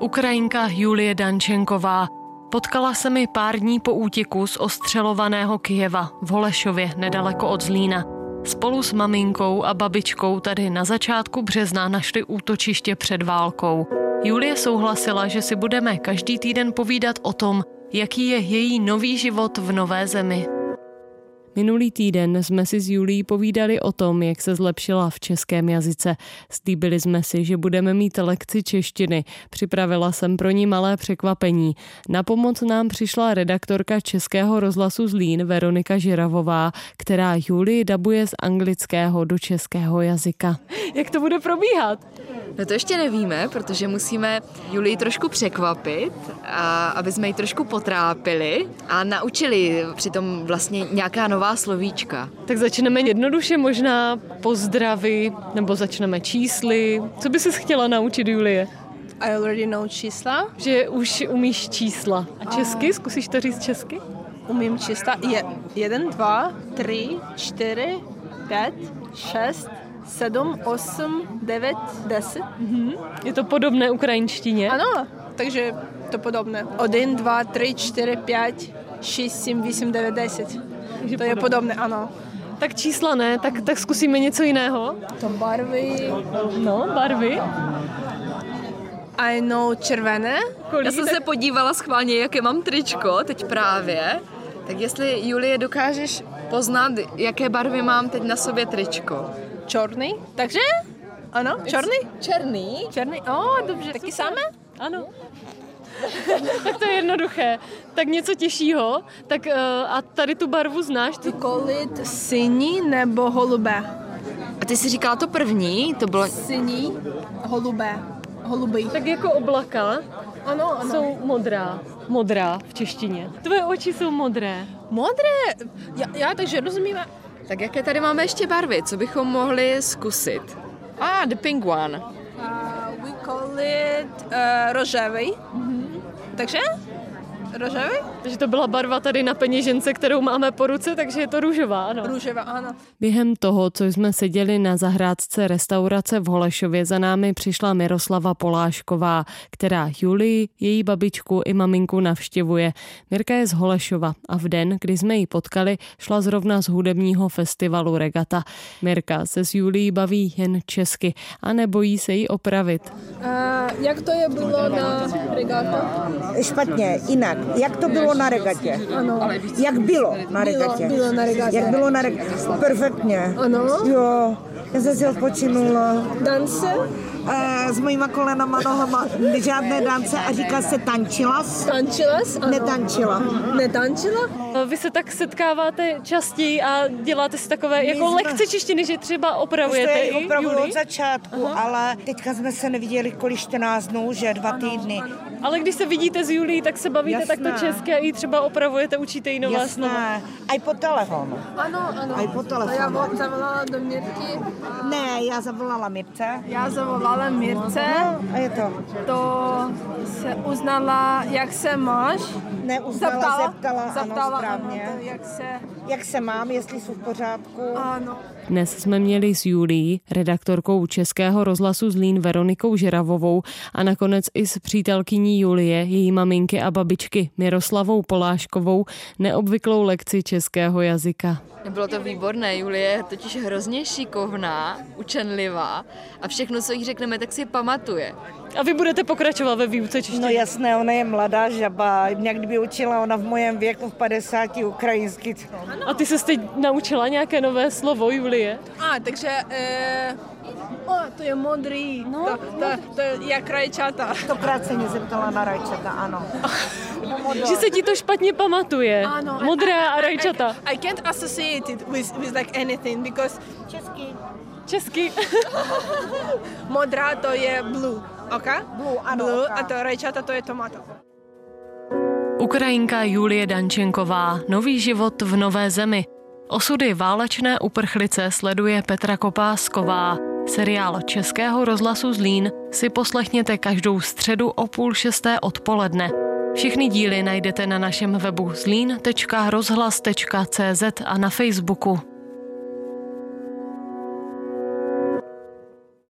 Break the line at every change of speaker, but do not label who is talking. Ukrajinka Julie Dančenková. Potkala se mi pár dní po útěku z ostřelovaného Kijeva v Holešově nedaleko od Zlína. Spolu s maminkou a babičkou tady na začátku března našli útočiště před válkou. Julie souhlasila, že si budeme každý týden povídat o tom, jaký je její nový život v nové zemi. Minulý týden jsme si s Julí povídali o tom, jak se zlepšila v českém jazyce. Slíbili jsme si, že budeme mít lekci češtiny. Připravila jsem pro ní malé překvapení. Na pomoc nám přišla redaktorka Českého rozhlasu Zlín Veronika Žiravová, která Julii dabuje z anglického do českého jazyka. Jak to bude probíhat?
No to ještě nevíme, protože musíme Julii trošku překvapit, a aby jsme ji trošku potrápili a naučili přitom vlastně nějaká nová slovíčka.
Tak začneme jednoduše možná pozdravy, nebo začneme čísly. Co by ses chtěla naučit, Julie?
I already know čísla.
Že už umíš čísla. A česky? Zkusíš to říct česky?
Umím čísla. Je, jeden, dva, tři, čtyři, pět, šest, sedm, osm, devět, deset.
Je to podobné ukrajinštině?
Ano, takže to podobné. Один, dva, tři, čtyři, pět, šest, sedm, osm, devět, deset. To je podobné, ano.
Tak čísla ne, tak, tak zkusíme něco jiného.
To barvy.
No, barvy.
I know červené.
Já jsem se podívala schválně, jaké mám tričko teď právě. Tak jestli, Julie, dokážeš poznat, jaké barvy mám teď na sobě tričko.
Černý. Takže? Ano, černý.
Černý?
Černý. O, dobře. Taky samé?
Ano. tak to je jednoduché. Tak něco těžšího. Tak eh, a tady tu barvu znáš? Ty...
Kolit syní nebo holubé?
A ty jsi říkala to první, to bylo...
Syní, holubé. Holubý.
Tak jako oblaka
Ano, ano.
jsou modrá. Modrá v češtině. Tvoje oči jsou modré.
Modré? Já, já takže rozumím.
Tak jaké tady máme ještě barvy, co bychom mohli zkusit? A, ah, the pink one.
Uh, we call it uh, rožavý. Mhm. Takže? Rožavý?
Takže to byla barva tady na peněžence, kterou máme po ruce, takže je to růžová, ano.
Růžová, ano.
Během toho, co jsme seděli na zahrádce restaurace v Holešově, za námi přišla Miroslava Polášková, která Julii, její babičku i maminku navštěvuje. Mirka je z Holešova a v den, kdy jsme ji potkali, šla zrovna z hudebního festivalu Regata. Mirka se s Julií baví jen česky a nebojí se ji opravit.
Uh, jak to je bylo na regata?
Špatně, jinak. Jak to bylo na regatě?
Ano.
Jak No, bylo na regatě?
bylo na regatě.
Jak bylo na regatě? Perfektně.
Ano.
Jo, já jsem si odpočinula.
Dance?
E, s mojima kolenama, nohama, žádné dance a říká se tančila jsi?
Tančila jsi? Ano.
Netančila.
Netančila?
No, Vy se tak setkáváte častěji a děláte si takové jako
jsme- Prostě
lekce češtiny, že třeba opravujete
To je
i
opravdu
Juli.
od začátku, ale teďka jsme se neviděli kolik 14 dnů, že dva týdny.
Ale když se vidíte s Julí, tak se bavíte
Jasné.
takto česky a i třeba opravujete, učíte jí nová slova.
Jasné. A i po telefonu.
Ano, ano.
A i po telefonu.
Já vo- zavolala do Mirky.
Ne, já zavolala Mirce.
Já zavolala Mirce,
A je to.
to se uznala, jak se máš.
Neuznala, zeptala, ano,
Zeptala, ano,
správně.
jak se...
Jak se mám, jestli jsou v pořádku.
Ano.
Dnes jsme měli s Julí, redaktorkou Českého rozhlasu Zlín Veronikou Žeravovou a nakonec i s přítelkyní Julie, její maminky a babičky Miroslavou Poláškovou neobvyklou lekci českého jazyka.
Bylo to výborné, Julie je totiž hrozně šikovná, učenlivá a všechno, co jí řekneme, tak si pamatuje.
A vy budete pokračovat ve výuce češtiny?
No jasné, ona je mladá žaba. Mě kdyby učila ona v mojem věku v 50 ukrajinsky.
A ty se teď naučila nějaké nové slovo, Julie?
A, takže... E... O, to je modrý. No, to, to, to je jak rajčata.
Stokrát se mě zeptala na rajčata, ano.
Že se ti to špatně pamatuje.
Ano.
Modrá a rajčata.
I can't associate it with, with like anything because
Český.
Česky.
modrá to je blue, ok?
Blue, ano,
blue
oka.
a to rajčata to je tomato.
Ukrajinka Julie Dančenková, nový život v nové zemi. Osudy válečné uprchlice sleduje Petra Kopásková. Seriál Českého rozhlasu Zlín si poslechněte každou středu o půl šesté odpoledne. Všechny díly najdete na našem webu zlín.rozhlas.cz a na Facebooku.